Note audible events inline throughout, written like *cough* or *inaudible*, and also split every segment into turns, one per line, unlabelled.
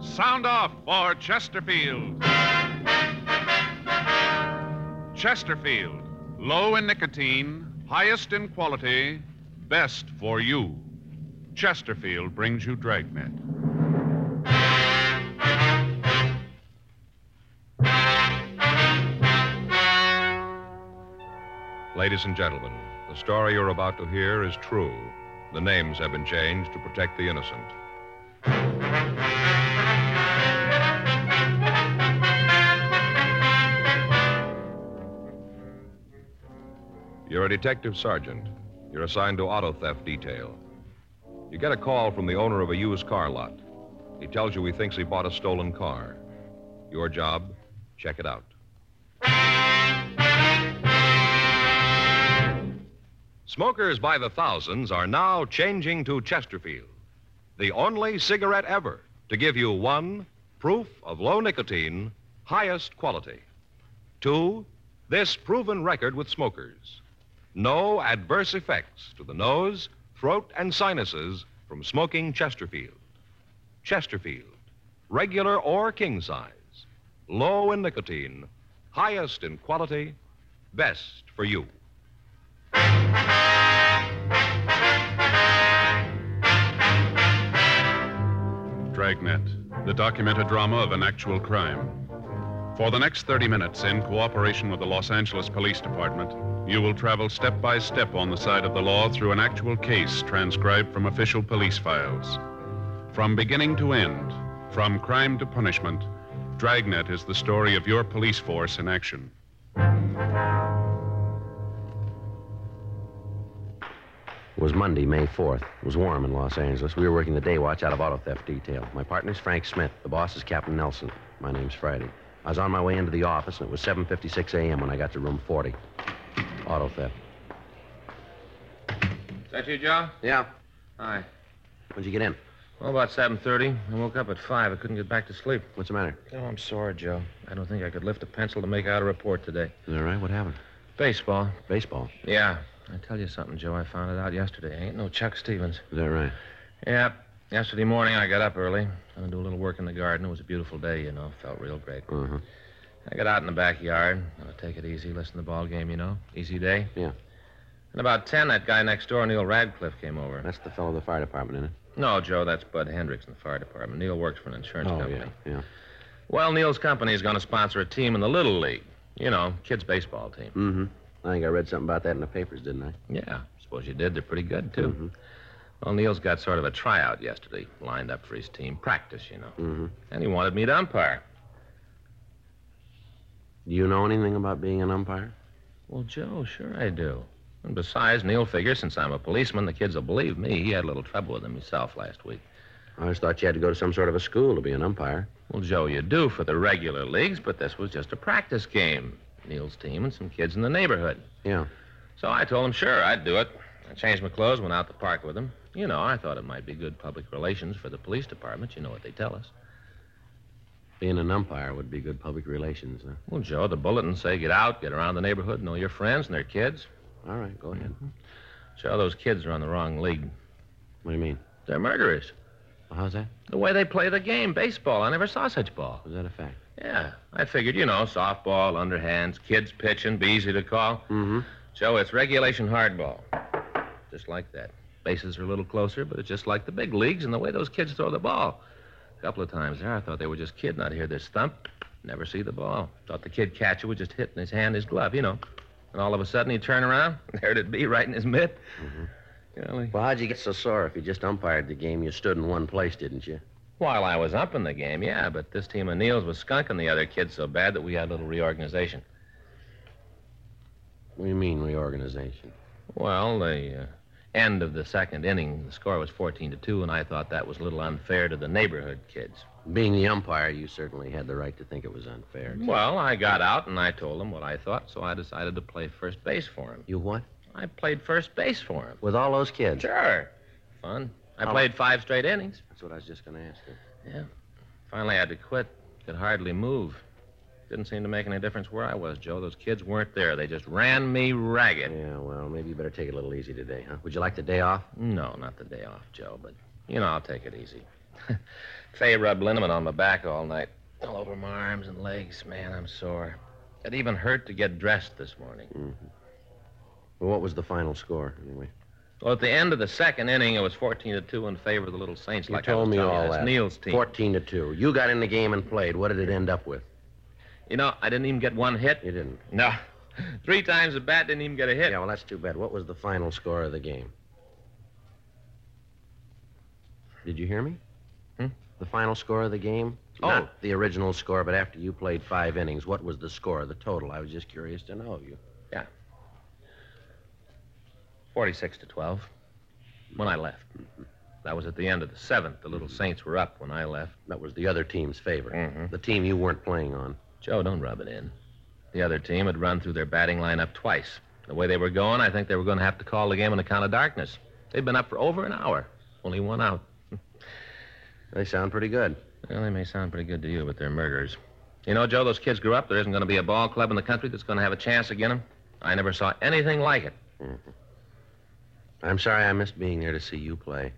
Sound off for Chesterfield. Chesterfield, low in nicotine, highest in quality, best for you. Chesterfield brings you Dragnet.
Ladies and gentlemen, the story you're about to hear is true. The names have been changed to protect the innocent. You're a detective sergeant. You're assigned to auto theft detail. You get a call from the owner of a used car lot. He tells you he thinks he bought a stolen car. Your job, check it out. Smokers by the thousands are now changing to Chesterfield, the only cigarette ever to give you one, proof of low nicotine, highest quality. Two, this proven record with smokers. No adverse effects to the nose, throat, and sinuses from smoking Chesterfield. Chesterfield, regular or king size, low in nicotine, highest in quality, best for you.
Dragnet, the documented drama of an actual crime. For the next 30 minutes, in cooperation with the Los Angeles Police Department, you will travel step by step on the side of the law through an actual case transcribed from official police files. From beginning to end, from crime to punishment, Dragnet is the story of your police force in action.
It was Monday, May 4th. It was warm in Los Angeles. We were working the day watch out of auto theft detail. My partner's Frank Smith. The boss is Captain Nelson. My name's Friday. I was on my way into the office, and it was 7.56 a.m. when I got to room 40. Auto theft.
Is that you, Joe?
Yeah.
Hi.
When'd you get in?
Well, about 7.30. I woke up at 5. I couldn't get back to sleep.
What's the matter?
Oh, I'm sorry, Joe. I don't think I could lift a pencil to make out a report today.
Is it all right? What happened?
Baseball.
Baseball.
Yeah. I tell you something, Joe. I found it out yesterday. Ain't no Chuck Stevens.
Is that right?
Yeah. Yesterday morning, I got up early. Gonna do a little work in the garden. It was a beautiful day, you know. Felt real great.
Uh-huh.
I got out in the backyard. Gonna take it easy, listen to the ball game, you know. Easy day.
Yeah.
And about 10, that guy next door, Neil Radcliffe, came over.
That's the fellow of the fire department, isn't it?
No, Joe, that's Bud Hendricks in the fire department. Neil works for an insurance company.
Oh, yeah. Yeah.
Well, Neil's company is going to sponsor a team in the Little League. You know, kids' baseball team.
Mm-hmm. I think I read something about that in the papers, didn't I?
Yeah, suppose you did. They're pretty good, too.
Mhm.
Well, Neil's got sort of a tryout yesterday, lined up for his team. Practice, you know.
Mm-hmm.
And he wanted me to umpire.
Do you know anything about being an umpire?
Well, Joe, sure I do. And besides, Neil figures since I'm a policeman, the kids will believe me. He had a little trouble with them himself last week.
I always thought you had to go to some sort of a school to be an umpire.
Well, Joe, you do for the regular leagues, but this was just a practice game. Neil's team and some kids in the neighborhood.
Yeah.
So I told him, sure, I'd do it. I changed my clothes, went out to the park with him. You know, I thought it might be good public relations for the police department. You know what they tell us.
Being an umpire would be good public relations, huh?
Well, Joe, the bulletins say get out, get around the neighborhood, know your friends and their kids.
All right, go ahead.
Joe, those kids are on the wrong league.
What do you mean?
They're murderers.
How's that?
The way they play the game, baseball, I never saw such ball.
Is that a fact?
Yeah, I figured, you know, softball, underhands, kids pitching, be easy to call.
Mm-hmm.
Joe, it's regulation hardball. just like that. Bases are a little closer, but it's just like the big leagues and the way those kids throw the ball. A couple of times there, I thought they were just kidding. I'd hear this thump, never see the ball. Thought the kid catcher was just hitting his hand, his glove, you know. And all of a sudden he'd turn around, *laughs* and there it'd be right in his mitt. Golly.
Well, how'd you get so sore if you just umpired the game? You stood in one place, didn't you?
While I was up in the game, yeah, but this team of Neal's was skunking the other kids so bad that we had a little reorganization.
What do you mean reorganization?
Well, the uh, end of the second inning, the score was 14 to 2, and I thought that was a little unfair to the neighborhood kids.
Being the umpire, you certainly had the right to think it was unfair.
Well, I got out and I told them what I thought, so I decided to play first base for him.
You what?
I played first base for him.
With all those kids?
Sure. Fun. I played five straight innings.
That's what I was just going to ask you.
Yeah. Finally, I had to quit. Could hardly move. Didn't seem to make any difference where I was, Joe. Those kids weren't there. They just ran me ragged.
Yeah, well, maybe you better take it a little easy today, huh? Would you like the day off?
No, not the day off, Joe, but, you know, I'll take it easy. *laughs* Fay rubbed liniment on my back all night, all over my arms and legs. Man, I'm sore. It even hurt to get dressed this morning.
Mm. Well, what was the final score, anyway?
Well, at the end of the second inning, it was 14 to 2 in favor of the Little Saints,
You
like I
told
was
me
telling
all
you. That's
that.
Neil's team.
14 to 2. You got in the game and played. What did it end up with?
You know, I didn't even get one hit.
You didn't.
No. *laughs* Three times the bat didn't even get a hit.
Yeah, well, that's too bad. What was the final score of the game? Did you hear me?
Hmm?
The final score of the game?
Oh.
Not the original score, but after you played five innings, what was the score, the total? I was just curious to know you.
46 to 12 when I left.
Mm-hmm.
That was at the end of the seventh. The Little Saints were up when I left.
That was the other team's favor.
Mhm.
The team you weren't playing on.
Joe, don't rub it in. The other team had run through their batting lineup twice. The way they were going, I think they were going to have to call the game on account of darkness. They'd been up for over an hour, only one out.
They sound pretty good.
Well, they may sound pretty good to you, but they're murderers. You know, Joe, those kids grew up. There isn't going to be a ball club in the country that's going to have a chance against them. I never saw anything like it.
I'm sorry I missed being there to see you play.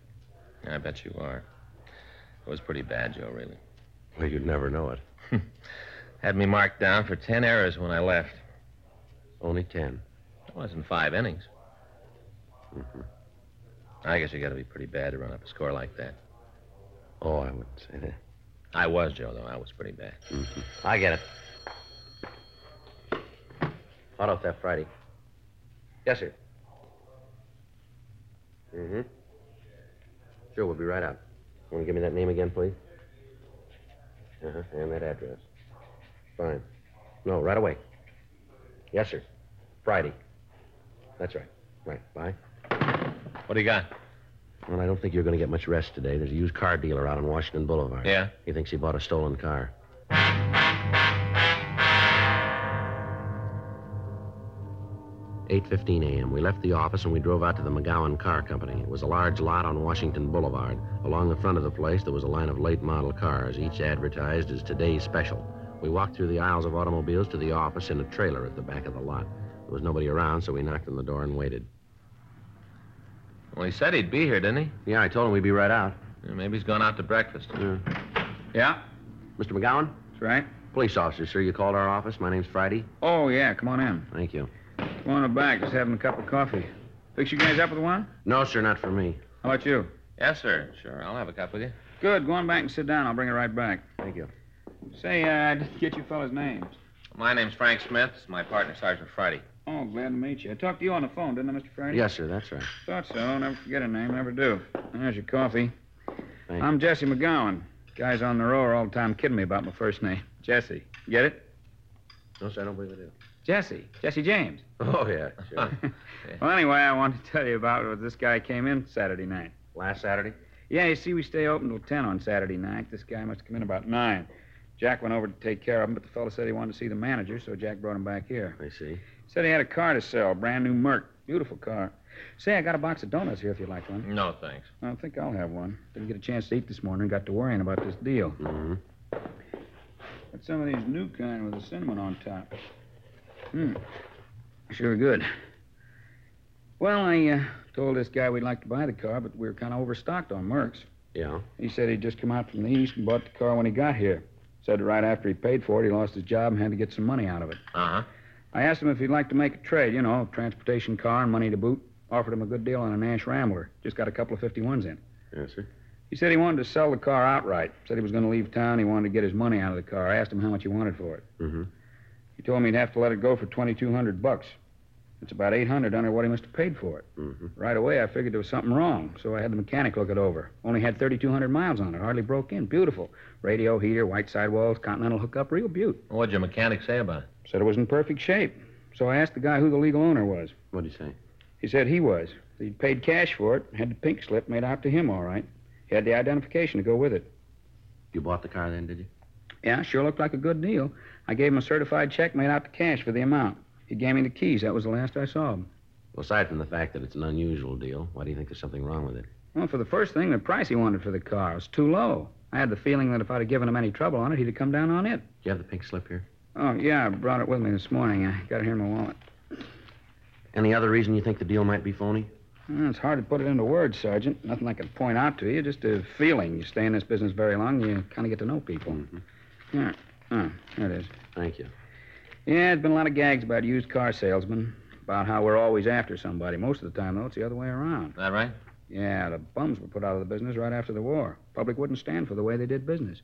I bet you are. It was pretty bad, Joe, really.
Well, you'd never know it.
Had me marked down for 10 errors when I left.
Only 10.
It wasn't five innings. I guess you got to be pretty bad to run up a score like that.
Oh, I wouldn't say that.
I was, Joe, though. I was pretty bad.
Mm-hmm. I get it. Auto theft Friday. Yes, sir. Mm-hmm. Sure, we'll be right out. Want to give me that name again, please? Uh-huh, and that address. Fine. No, right away. Yes, sir. Friday. That's right. Right, bye.
What do you got?
Well, I don't think you're going to get much rest today. There's a used car dealer out on Washington Boulevard.
Yeah?
He thinks he bought a stolen car. Eight fifteen a.m. We left the office and we drove out to the McGowan Car Company. It was a large lot on Washington Boulevard. Along the front of the place, there was a line of late model cars, each advertised as today's special. We walked through the aisles of automobiles to the office in a trailer at the back of the lot. There was nobody around, so we knocked on the door and waited.
Well, he said he'd be here, didn't he?
Yeah, I told him we'd be right out.
Yeah, Maybe he's gone out to breakfast.
Yeah,
Mr. McGowan?
that's right.
Police officer, sir. You called our office. My name's Friday.
Oh, yeah, come on in.
Thank you.
Come on back, just having a cup of coffee. Fix you guys up with one?
No, sir, not for me.
How about you?
Yes, sir. Sure, I'll have a cup with you.
Good, go on back and sit down. I'll bring it right back.
Thank you.
Say, uh,
*laughs*
I didn't get your fellas' names.
My name's Frank Smith. It's my partner, Sergeant Friday.
Oh, glad to meet you. I talked to you on the phone, didn't I, Mr. Friday?
Yes, sir, that's right.
Thought so. Never forget a name, never do. There's your coffee.
Thank
I'm Jesse McGowan. Guys on the row are all the time kidding me about my first name. Jesse. Get it?
No, sir, I don't believe I do.
Jesse. Jesse James.
Oh, yeah, sure.
Well, anyway, I wanted to *laughs* tell you about what this guy came in Saturday night.
Last Saturday?
Yeah, you see, we stay open till 10 on Saturday night. This guy must have come in about 9. Jack went over to take care of him, but the fellow said he wanted to see the manager, so Jack brought him back here.
I see.
Said he had a car to sell, brand new Merc. Beautiful car. Say, I got a box of donuts here if you'd like one.
No, thanks.
I think I'll have one. Didn't get a chance to eat this morning, got to worrying about this deal.
Mm-hmm.
Got some of these new kind with a cinnamon on top. Hmm. Sure good. Well, I uh, told this guy we'd like to buy the car, but we were kind of overstocked on Mercs.
Yeah.
He said he'd just come out from the east and bought the car when he got here. Said right after he paid for it, he lost his job and had to get some money out of it.
Uh huh.
I asked him if he'd like to make a trade, you know, transportation car and money to boot.
Offered him a good deal on an Ash Rambler. Just got a couple of 51s in.
Yes, sir.
He said he wanted to sell the car outright. Said he was going to leave town. He wanted to get his money out of the car. I asked him how much he wanted for it.
Mm-hmm.
He told me he'd have to let it go for 2200 bucks. It's about 800 under what he must have paid for it.
Mm-hmm.
Right away, I figured there was something wrong, so I had the mechanic look it over. Only had 3,200 miles on it. Hardly broke in. Beautiful. Radio, heater, white sidewalls, continental hookup, real beaut.
What'd your mechanic say about it?
Said it was in perfect shape. So I asked the guy who the legal owner was.
What'd he say?
He said he was. He'd paid cash for it, had the pink slip made out to him, all right. He had the identification to go with it.
You bought the car then, did you?
Yeah, sure looked like a good deal. I gave him a certified check made out to cash for the amount. He gave me the keys. That was the last I saw him.
Well, aside from the fact that it's an unusual deal, why do you think there's something wrong with it?
Well, for the first thing, the price he wanted for the car was too low. I had the feeling that if I'd have given him any trouble on it, he'd have come down on it.
Do you have the pink slip here?
Oh, yeah, I brought it with me this morning. I got it here in my wallet.
Any other reason you think the deal might be phony?
Well, it's hard to put it into words, Sergeant. Nothing I can point out to you, just a feeling. You stay in this business very long, you kind of get to know people. Yeah. Oh, there it is.
Thank you.
Yeah, there's been a lot of gags about used car salesmen, about how we're always after somebody. Most of the time, though, it's the other way around.
That right?
Yeah, the bums were put out of the business right after the war. Public wouldn't stand for the way they did business.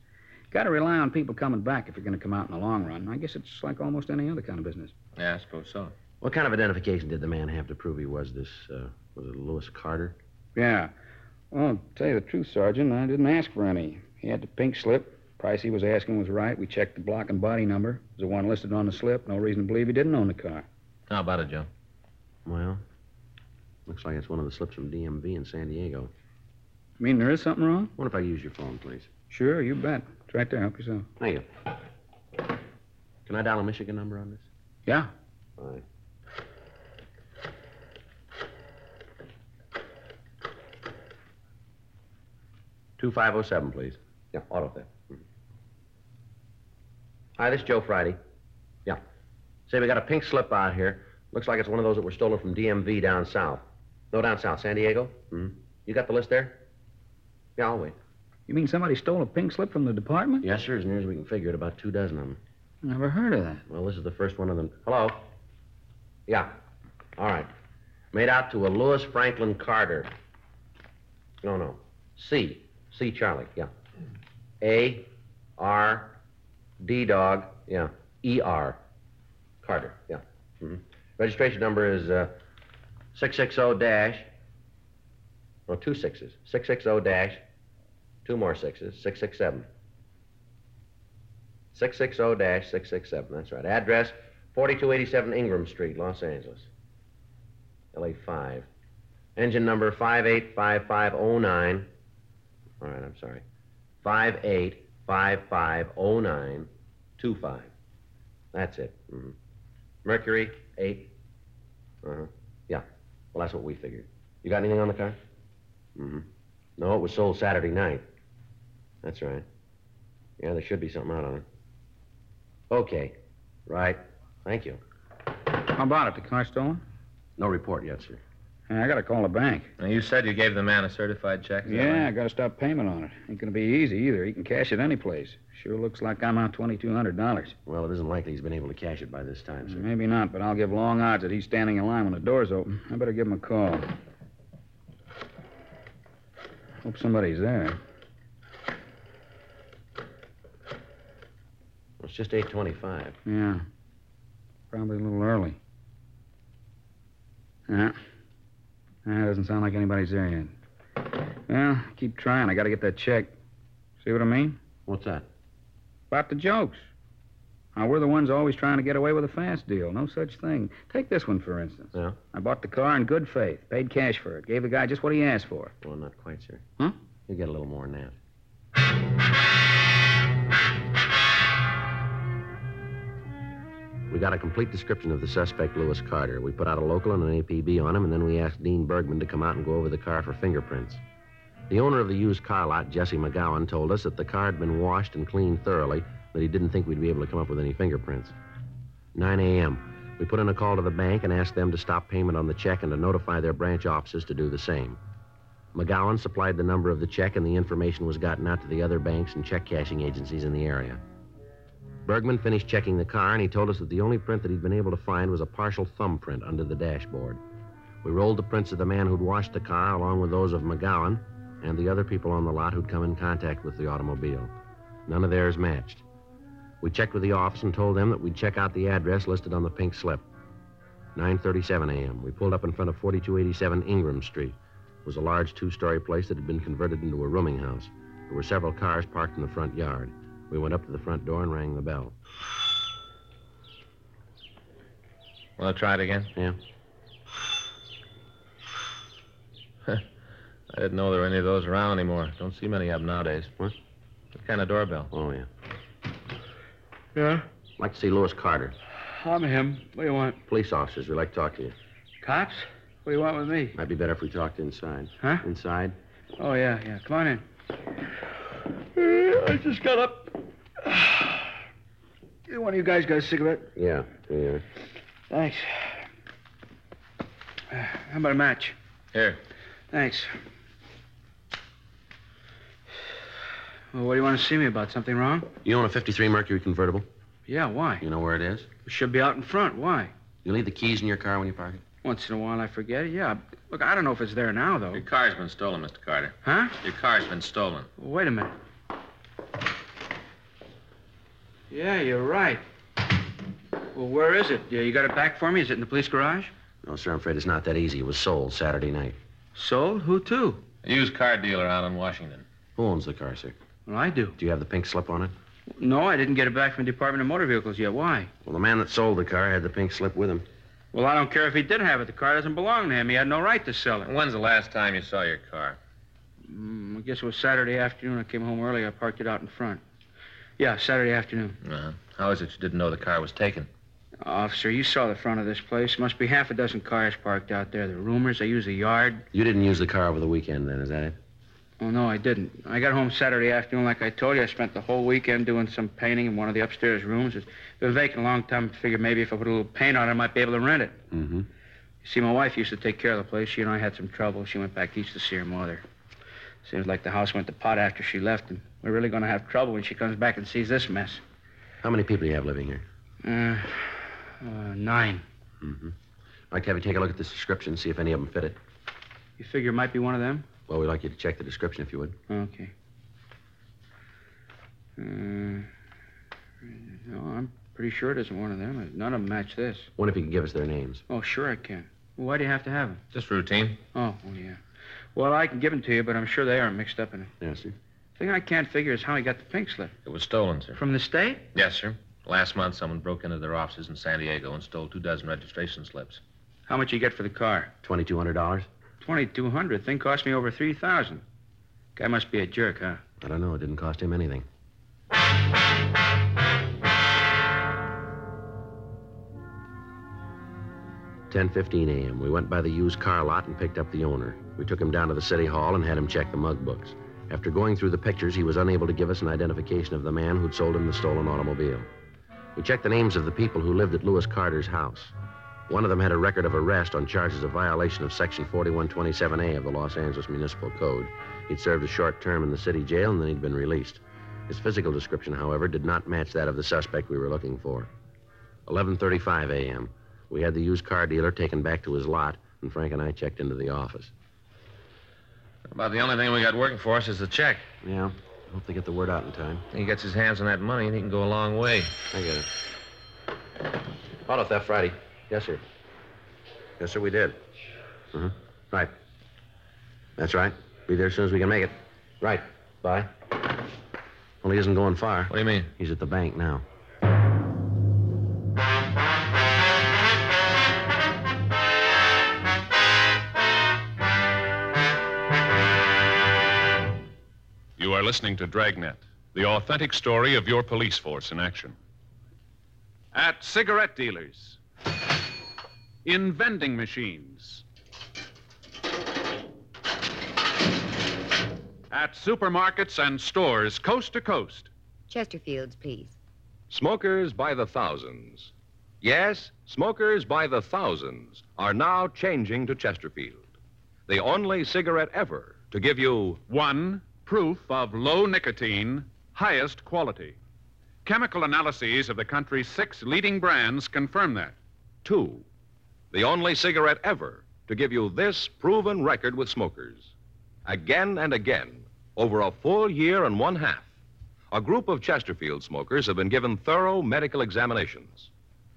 Got to rely on people coming back if you're going to come out in the long run. I guess it's like almost any other kind of business.
Yeah, I suppose so.
What kind of identification did the man have to prove he was this, uh, was it Lewis Carter?
Yeah. Well, to tell you the truth, Sergeant, I didn't ask for any. He had the pink slip. Price he was asking was right. We checked the block and body number. It was the one listed on the slip. No reason to believe he didn't own the car.
How about it, Joe?
Well, looks like it's one of the slips from DMV in San Diego.
I mean, there is something wrong?
What if I use your phone, please?
Sure, you bet. It's right there. Help yourself.
Thank you. Can I dial a Michigan number on this?
Yeah.
All right. Two five oh seven, please. Yeah, auto theft. Mhm. Hi, this is Joe Friday. Yeah. Say, we got a pink slip out here. Looks like it's one of those that were stolen from DMV down south. No, down south, San Diego. Hmm. You got the list there? Yeah, I'll wait.
You mean somebody stole a pink slip from the department?
Yes, sir. As near as we can figure it, about two dozen of them.
Never heard of that.
Well, this is the first one of them. Hello? Yeah. All right. Made out to a Lewis Franklin Carter. No, no. C. C. Charlie. Yeah. A. R. D. Dog. Yeah. E. R. Carter. Yeah. Mhm. Registration number is uh, 660 dash. No, two sixes. 660 dash. Two more sixes. 667. 660-667. That's right. Address 4287 Ingram Street, Los Angeles. LA 5. Engine number 585509. All right, I'm sorry. 58550925. That's it. hmm Mercury 8. Uh-huh. Yeah. Well, that's what we figured. You got anything on the car? Mm-hmm. No, it was sold Saturday night. That's right. Yeah, there should be something out on it. Okay. Right. Thank you.
How about it? The car stolen?
No report yet, sir.
Hey, I got to call the bank.
Now, you said you gave the man a certified check. is that
Yeah, I
right?
got to stop payment on it. Ain't going to be easy either. He can cash it any place. Sure looks like I'm out $2,200.
Well, it isn't likely he's been able to cash it by this time, sir.
Maybe not, but I'll give long odds that he's standing in line when the door's open. I better give him a call. Hope somebody's there.
Well, it's just 825.
Yeah. Probably a little early. Yeah. That doesn't sound like anybody's there yet. Well, keep trying. I got to get that check. See what I mean?
What's that?
About the jokes. Now, we're the ones always trying to get away with a fast deal. No such thing. Take this one, for instance.
Yeah?
I bought the car in good faith, paid cash for it, gave the guy just what he asked for.
Well, not quite, sir.
Huh?
You get a little more than that. We got a complete description of the suspect, Lewis Carter. We put out a local and an APB on him, and then we asked Dean Bergman to come out and go over the car for fingerprints. The owner of the used car lot, Jesse McGowan, told us that the car had been washed and cleaned thoroughly, that he didn't think we'd be able to come up with any fingerprints. 9 a.m. We put in a call to the bank and asked them to stop payment on the check and to notify their branch offices to do the same. McGowan supplied the number of the check, and the information was gotten out to the other banks and check cashing agencies in the area. Bergman finished checking the car, and he told us that the only print that he'd been able to find was a partial thumbprint under the dashboard. We rolled the prints of the man who'd washed the car, along with those of McGowan and the other people on the lot who'd come in contact with the automobile. None of theirs matched. We checked with the office and told them that we'd check out the address listed on the pink slip. 9:37 a.m. We pulled up in front of 4287 Ingram Street. It was a large two-story place that had been converted into a rooming house. There were several cars parked in the front yard. We went up to the front door and rang the bell.
Want to try it again?
Yeah.
I didn't know there were any of those around anymore. Don't see many of them nowadays.
What?
What kind of doorbell?
Oh yeah.
Yeah?
Like to see Lewis Carter.
I'm him. What do you want?
Police officers. We'd like to talk to you.
Cops? What do you want with me?
Might be better if we talked inside.
Huh?
Inside?
Oh, yeah, yeah. Come on in. Uh, I just got up. Hey, One of you guys got a cigarette?
Yeah. Yeah.
Thanks. Uh, How about a match?
Here.
Thanks. Well, what do you want to see me about? Something wrong?
You own a 53 Mercury convertible?
Yeah, why?
You know where it is?
It should be out in front. Why?
You leave the keys in your car when you park it?
Once in a while I forget it. Yeah. Look, I don't know if it's there now, though.
Your car's been stolen, Mr. Carter.
Huh?
Your car's been stolen.
Wait a minute. Yeah, you're right. Well, where is it? Yeah, you got it back for me? Is it in the police garage?
No, sir, I'm afraid it's not that easy. It was sold Saturday night.
Sold? Who to?
A used car dealer out in Washington.
Who owns the car, sir?
Well, I do.
Do you have the pink slip on it?
No, I didn't get it back from the Department of Motor Vehicles yet. Why?
Well, the man that sold the car had the pink slip with him.
Well, I don't care if he did have it. The car doesn't belong to him. He had no right to sell it.
When's the last time you saw your car?
Mm, I guess it was Saturday afternoon. I came home early. I parked it out in front. Yeah, Saturday afternoon.
Uh-huh. How is it you didn't know the car was taken?
Officer, you saw the front of this place. Must be half a dozen cars parked out there. The rumors, they use the yard.
You didn't use the car over the weekend, then, is that it?
Oh, no, I didn't. I got home Saturday afternoon, like I told you. I spent the whole weekend doing some painting in one of the upstairs rooms. It it was vacant a long time. I figured maybe if I put a little paint on it, I might be able to rent it.
Mm-hmm.
You see, my wife used to take care of the place. She and I had some trouble. She went back east to see her mother. Seems like the house went to pot after she left, and we're really going to have trouble when she comes back and sees this mess.
How many people do you have living here?
Uh, uh, nine.
I'd like to have you take a look at this description, see if any of them fit it.
You figure it might be one of them?
Well, we'd like you to check the description, if you would.
Okay. Uh, no, I'm pretty sure it isn't one of them. None of them match this.
Wonder if you can give us their names.
Oh, sure I can. Why do you have to have them?
Just routine.
Oh, oh yeah. Well, I can give them to you, but I'm sure they aren't mixed up in it.
Yes, sir.
thing I can't figure is how he got the pink slip.
It was stolen, sir.
From the state?
Yes, sir. Last month, someone broke into their offices in San Diego and stole two dozen registration slips.
How much you get for the car?
$2,200?
Twenty-two hundred. Thing cost me over three thousand. Guy must be a jerk, huh?
I don't know. It didn't cost him anything. Ten fifteen a.m. We went by the used car lot and picked up the owner. We took him down to the city hall and had him check the mug books. After going through the pictures, he was unable to give us an identification of the man who'd sold him the stolen automobile. We checked the names of the people who lived at Lewis Carter's house. One of them had a record of arrest on charges of violation of Section 4127A of the Los Angeles Municipal Code. He'd served a short term in the city jail and then he'd been released. His physical description, however, did not match that of the suspect we were looking for. 11:35 a.m. We had the used car dealer taken back to his lot, and Frank and I checked into the office.
About the only thing we got working for us is the check.
Yeah, hope they get the word out in time.
He gets his hands on that money and he can go a long way.
I get it. Auto theft Friday. Yes, sir. Yes, sir, we did. Uh-huh. Right. That's right. Be there as soon as we can make it. Right. Bye. Well, he isn't going far.
What do you mean?
He's at the bank now.
You are listening to Dragnet, the authentic story of your police force in action. At cigarette dealers, in vending machines, at supermarkets and stores coast to coast.
Chesterfields, please.
Smokers by the thousands. Yes, smokers by the thousands are now changing to Chesterfield, the only cigarette ever to give you
One, proof of low nicotine, highest quality. Chemical analyses of the country's six leading brands confirm that.
two, the only cigarette ever
to give you this proven record with smokers. Again and again, over a full year and one half, a group of Chesterfield smokers have been given thorough medical examinations.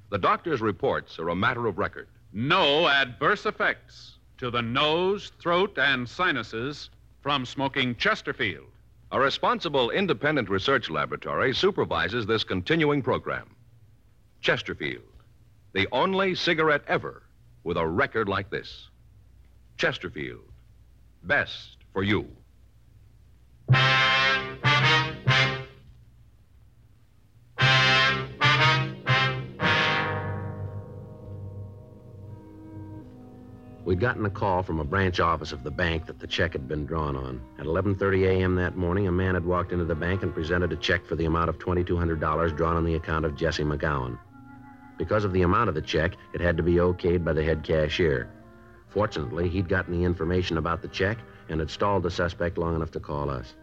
The doctor's reports are a matter of record.
No adverse effects to the nose, throat, and sinuses from smoking Chesterfield.
A responsible independent research laboratory supervises this continuing program. Chesterfield, the only cigarette ever with a record like this. Chesterfield, best for you.
We'd gotten a call from a branch office of the bank that the check had been drawn on. At 11:30 a.m. that morning, a man had walked into the bank and presented a check for the amount of $2200 drawn on the account of Jesse McGowan. Because of the amount of the check, it had to be okayed by the head cashier. Fortunately, he'd gotten the information about the check and had stalled the suspect long enough to call us.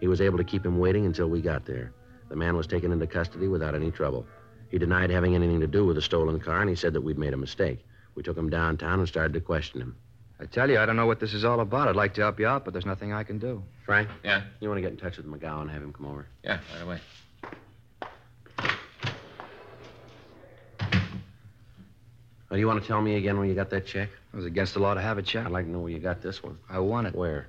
He was able to keep him waiting until we got there. The man was taken into custody without any trouble. He denied having anything to do with the stolen car, and he said that we'd made a mistake. We took him downtown and started to question him.
I tell you, I don't know what this is all about. I'd like to help you out, but there's nothing I can do.
Frank?
Yeah.
You want to get in touch with McGowan and have him come over?
Yeah, right away.
Oh, you want to tell me again where you got that check?
It was against the law to have a check.
I'd like to know where you got this one.
I want it.
Where?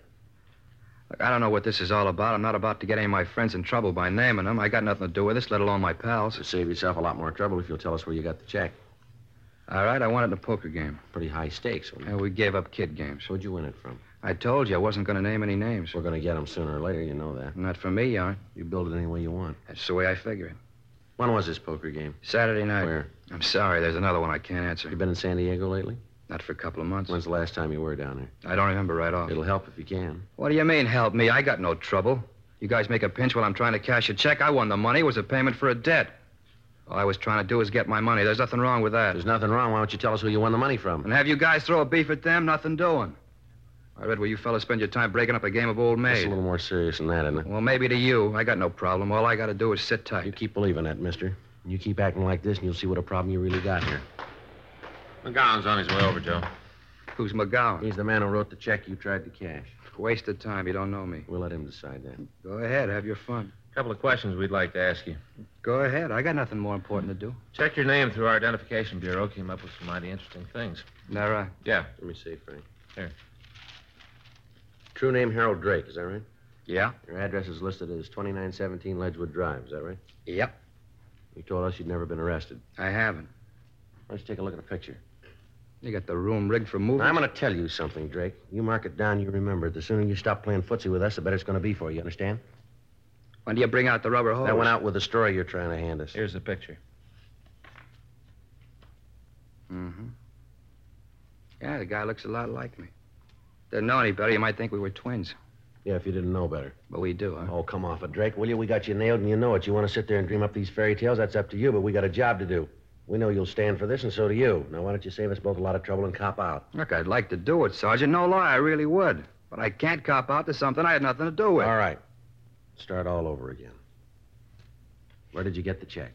Look, I don't know what this is all about. I'm not about to get any of my friends in trouble by naming them. I got nothing to do with this, let alone my pals.
To save yourself a lot more trouble if you'll tell us where you got the check.
All right, I won it in a poker game.
Pretty high stakes. wasn't it?
And we gave up kid games.
Where'd you win it from?
I told you I wasn't going to name any names.
We're going to get them sooner or later, you know that.
Not for me, you aren't.
You build it any way you want.
That's the way I figure it.
When was this poker game?
Saturday night.
Where?
I'm sorry, there's another one I can't answer.
You been in San Diego lately?
Not for a couple of months.
When's the last time you were down there?
I don't remember right off.
It'll help if you can.
What do you mean, help me? I got no trouble. You guys make a pinch while I'm trying to cash a check. I won the money. It was a payment for a debt. All I was trying to do is get my money. There's nothing wrong with that.
There's nothing wrong. Why don't you tell us who you won the money from?
And have you guys throw a beef at them? Nothing doing. I read where you fellas spend your time breaking up a game of old
It's a
maid.
little more serious than that, isn't it?
Well, maybe to you. I got no problem. All I got to do is sit
You
tight.
keep believing that, mister. You keep acting like this, and you'll see what a problem you really got here.
McGowan's on his way over, Joe.
Who's McGowan?
He's the man who wrote the check you tried to cash.
Waste of time. You don't know me.
We'll let him decide that.
Go ahead. Have your fun.
A couple of questions we'd like to ask you.
Go ahead. I got nothing more important to do.
Checked your name through our identification bureau. Came up with some mighty interesting things.
All right.
Yeah.
Let me see, Frank.
Here.
True name Harold Drake, is that right?
Yeah?
Your address is listed as 2917 Ledgewood Drive, is that right?
Yep.
You told us you'd never been arrested.
I haven't.
Let's take a look at a picture.
You got the room rigged for moving.
Now, I'm going to tell you something, Drake. You mark it down, you remember it. The sooner you stop playing footsie with us, the better it's going to be for you. You understand?
When do you bring out the rubber hose?
That went out with the story you're trying to hand us.
Here's the picture.
Mm-hmm. Yeah, the guy looks a lot like me. Didn't know any better. You might think we were twins.
Yeah, if you didn't know better.
But we do, huh?
Oh, come off it, Drake, will you? We got you nailed, and you know it. You want to sit there and dream up these fairy tales? That's up to you, but we got a job to do. We know you'll stand for this, and so do you. Now, why don't you save us both a lot of trouble and cop out?
Look, I'd like to do it, Sergeant. No lie, I really would. But I can't cop out to something I had nothing to do with.
All right. Start all over again. Where did you get the check?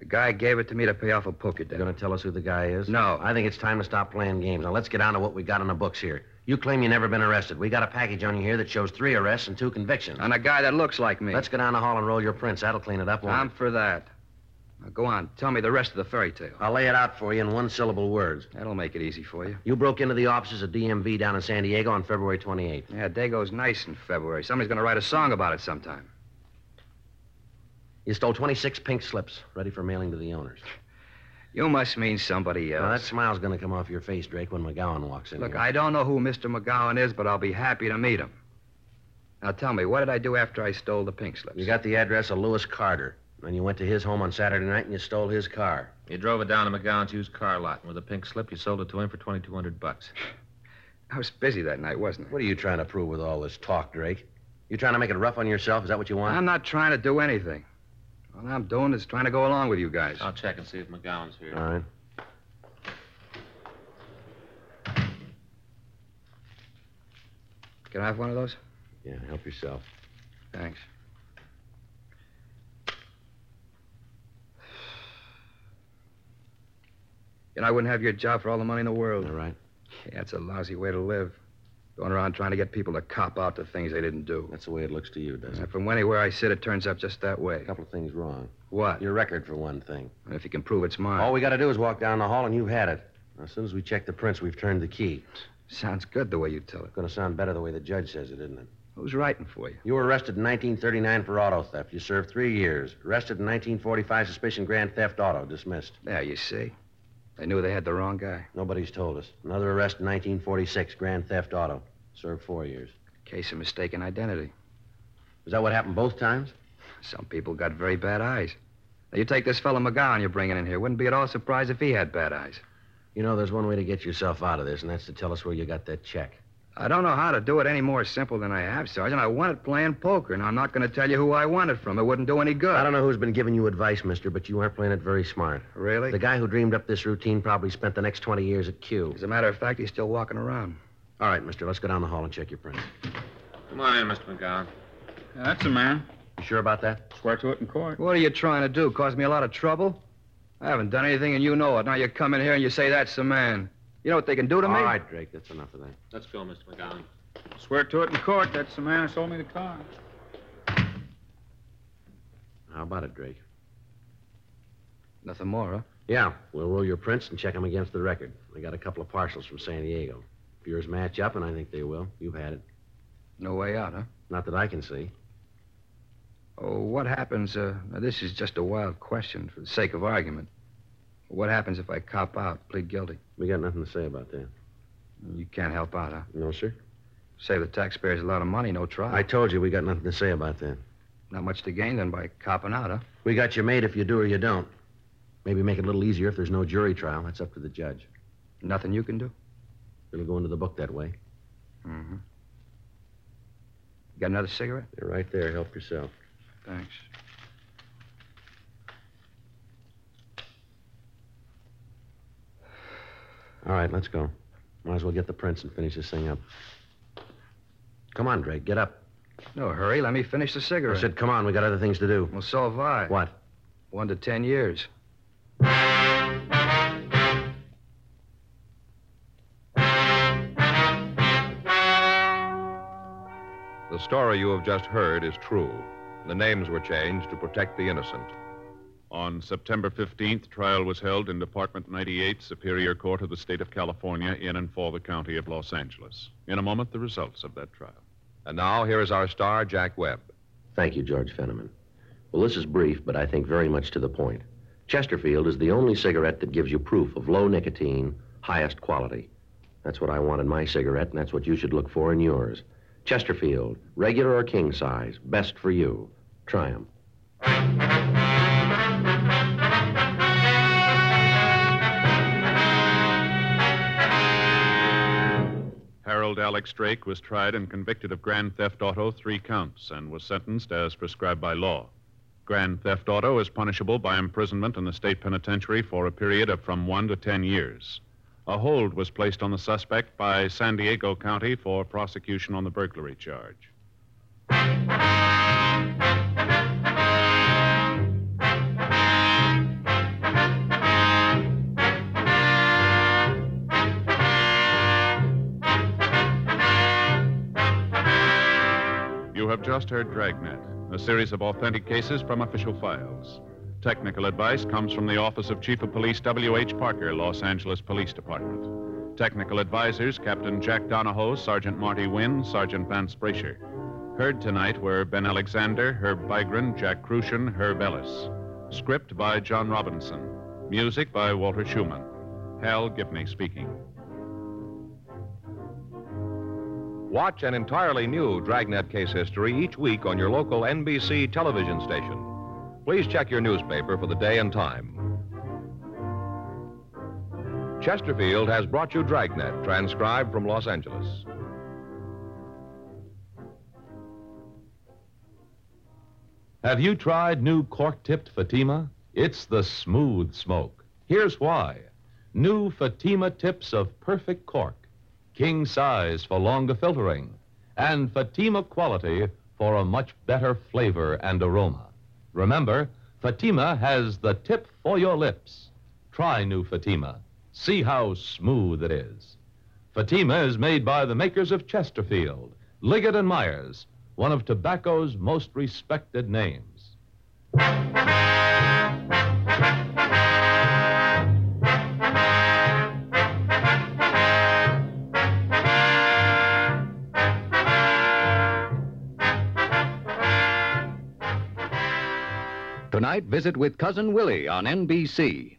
A guy gave it to me to pay off a poker
You're
debt.
going to tell us who the guy is?
No.
I think it's time to stop playing games. Now, let's get down to what we got on the books here. You claim you never been arrested. We got a package on you here that shows three arrests and two convictions.
On a guy that looks like me.
Let's go down the hall and roll your prints. That'll clean it up. won't it?
I'm for that. Now go on. Tell me the rest of the fairy tale.
I'll lay it out for you in one syllable words.
That'll make it easy for you.
You broke into the offices of DMV down in San Diego on February 28th.
Yeah, day goes nice in February. Somebody's going to write a song about it sometime.
You stole 26 pink slips, ready for mailing to the owners.
You must mean somebody else.
Now, that smile's going to come off your face, Drake, when McGowan walks in.
Look,
here.
I don't know who Mr. McGowan is, but I'll be happy to meet him. Now tell me, what did I do after I stole the pink slips?
You got the address of Lewis Carter. Then you went to his home on Saturday night and you stole his car.
You drove it down to McGowan's used car lot, and with a pink slip, you sold it to him for 2200 bucks.
I was busy that night, wasn't I?
What are you trying to prove with all this talk, Drake? You trying to make it rough on yourself? Is that what you want?
I'm not trying to do anything. All I'm doing is trying to go along with you guys.
I'll check and see if McGowan's here.
All right.
Can I have one of those?
Yeah, help yourself.
Thanks. You know, I wouldn't have your job for all the money in the
All
world.
right.
Yeah, it's a lousy way to live. Going around trying to get people to cop out to things they didn't do.
That's the way it looks to you, does
And
it?
from anywhere I sit, it turns up just that way.
A couple of things wrong.
What?
Your record, for one thing.
And if you can prove it's mine.
All we got to do is walk down the hall, and you've had it. Now, as soon as we check the prints, we've turned the key.
sounds good the way you tell it.
Going to sound better the way the judge says it, isn't it?
Who's writing for you?
You were arrested in 1939 for auto theft. You served three years. Arrested in 1945, suspicion grand theft auto. Dismissed.
There, you see. They knew they had the wrong guy.
Nobody's told us. Another arrest in 1946, grand theft auto. Served four years.
Case of mistaken identity.
Is that what happened both times?
Some people got very bad eyes. Now, you take this fellow McGowan you're bringing in here. Wouldn't be at all surprised if he had bad eyes.
You know, there's one way to get yourself out of this, and that's to tell us where you got that check.
I don't know how to do it any more simple than I have, Sergeant. I won it playing poker, and I'm not going to tell you who I won it from. It wouldn't do any good.
I don't know who's been giving you advice, mister, but you aren't playing it very smart.
Really?
The guy who dreamed up this routine probably spent the next 20 years at Q.
As a matter of fact, he's still walking around.
All right, mister, let's go down the hall and check your prints.
Come on in, Mr. McGowan.
Yeah, that's a man.
You sure about that?
Swear to it in court.
What are you trying to do? Cause me a lot of trouble? I haven't done anything, and you know it. Now you come in here and you say that's the man. You know what they can do to
All
me?
right, Drake, that's enough of that.
Let's go, Mr. McGowan.
Swear to it in court. That's the man who sold me the car.
How about it, Drake?
Nothing more, huh?
Yeah, we'll roll your prints and check them against the record. I got a couple of parcels from San Diego. If yours match up, and I think they will, you've had it.
No way out, huh?
Not that I can see.
Oh, what happens? Uh, now this is just a wild question for the sake of argument. What happens if I cop out, plead guilty?
We got nothing to say about that.
You can't help out, huh?
No, sir.
Save the taxpayers a lot of money, no trial.
I told you we got nothing to say about that.
Not much to gain then by copping out, huh?
We got you made if you do or you don't. Maybe make it a little easier if there's no jury trial. That's up to the judge.
Nothing you can do.
It'll go into the book that way.
Mm-hmm. Got another cigarette?
They're right there. Help yourself.
Thanks.
All right, let's go. Might as well get the prints and finish this thing up. Come on, Drake. Get up.
No hurry. Let me finish the cigarette.
I said, come on. We got other things to do.
Well, so have I.
What?
One to ten years.
The story you have just heard is true. The names were changed to protect the innocent.
On September 15th, trial was held in Department 98, Superior Court of the State of California, in and for the County of Los Angeles. In a moment, the results of that trial.
And now here is our star, Jack Webb.
Thank you, George Fenneman. Well, this is brief, but I think very much to the point. Chesterfield is the only cigarette that gives you proof of low nicotine, highest quality. That's what I want in my cigarette, and that's what you should look for in yours. Chesterfield, regular or king size, best for you. Try 'em.
Harold Alex Drake was tried and convicted of grand theft auto three counts and was sentenced as prescribed by law. Grand theft auto is punishable by imprisonment in the state penitentiary for a period of from one to ten years. A hold was placed on the suspect by San Diego County for prosecution on the burglary charge. You have just heard Dragnet, a series of authentic cases from official files. Technical advice comes from the Office of Chief of Police W.H. Parker, Los Angeles Police Department. Technical advisors Captain Jack Donahoe, Sergeant Marty Wynn, Sergeant Vance Brasher. Heard tonight were Ben Alexander, Herb Bygren, Jack Crucian, Herb Ellis. Script by John Robinson. Music by Walter Schumann. Hal Gibney speaking.
Watch an entirely new Dragnet case history each week on your local NBC television station. Please check your newspaper for the day and time. Chesterfield has brought you Dragnet, transcribed from Los Angeles. Have you tried new cork tipped Fatima? It's the smooth smoke. Here's why new Fatima tips of perfect cork king size for longer filtering, and Fatima quality for a much better flavor and aroma. Remember, Fatima has the tip for your lips. Try new Fatima. See how smooth it is.
Fatima is made by the makers of Chesterfield, Liggett and Myers, one of tobacco's most respected names.
Tonight, visit with Cousin Willie on NBC.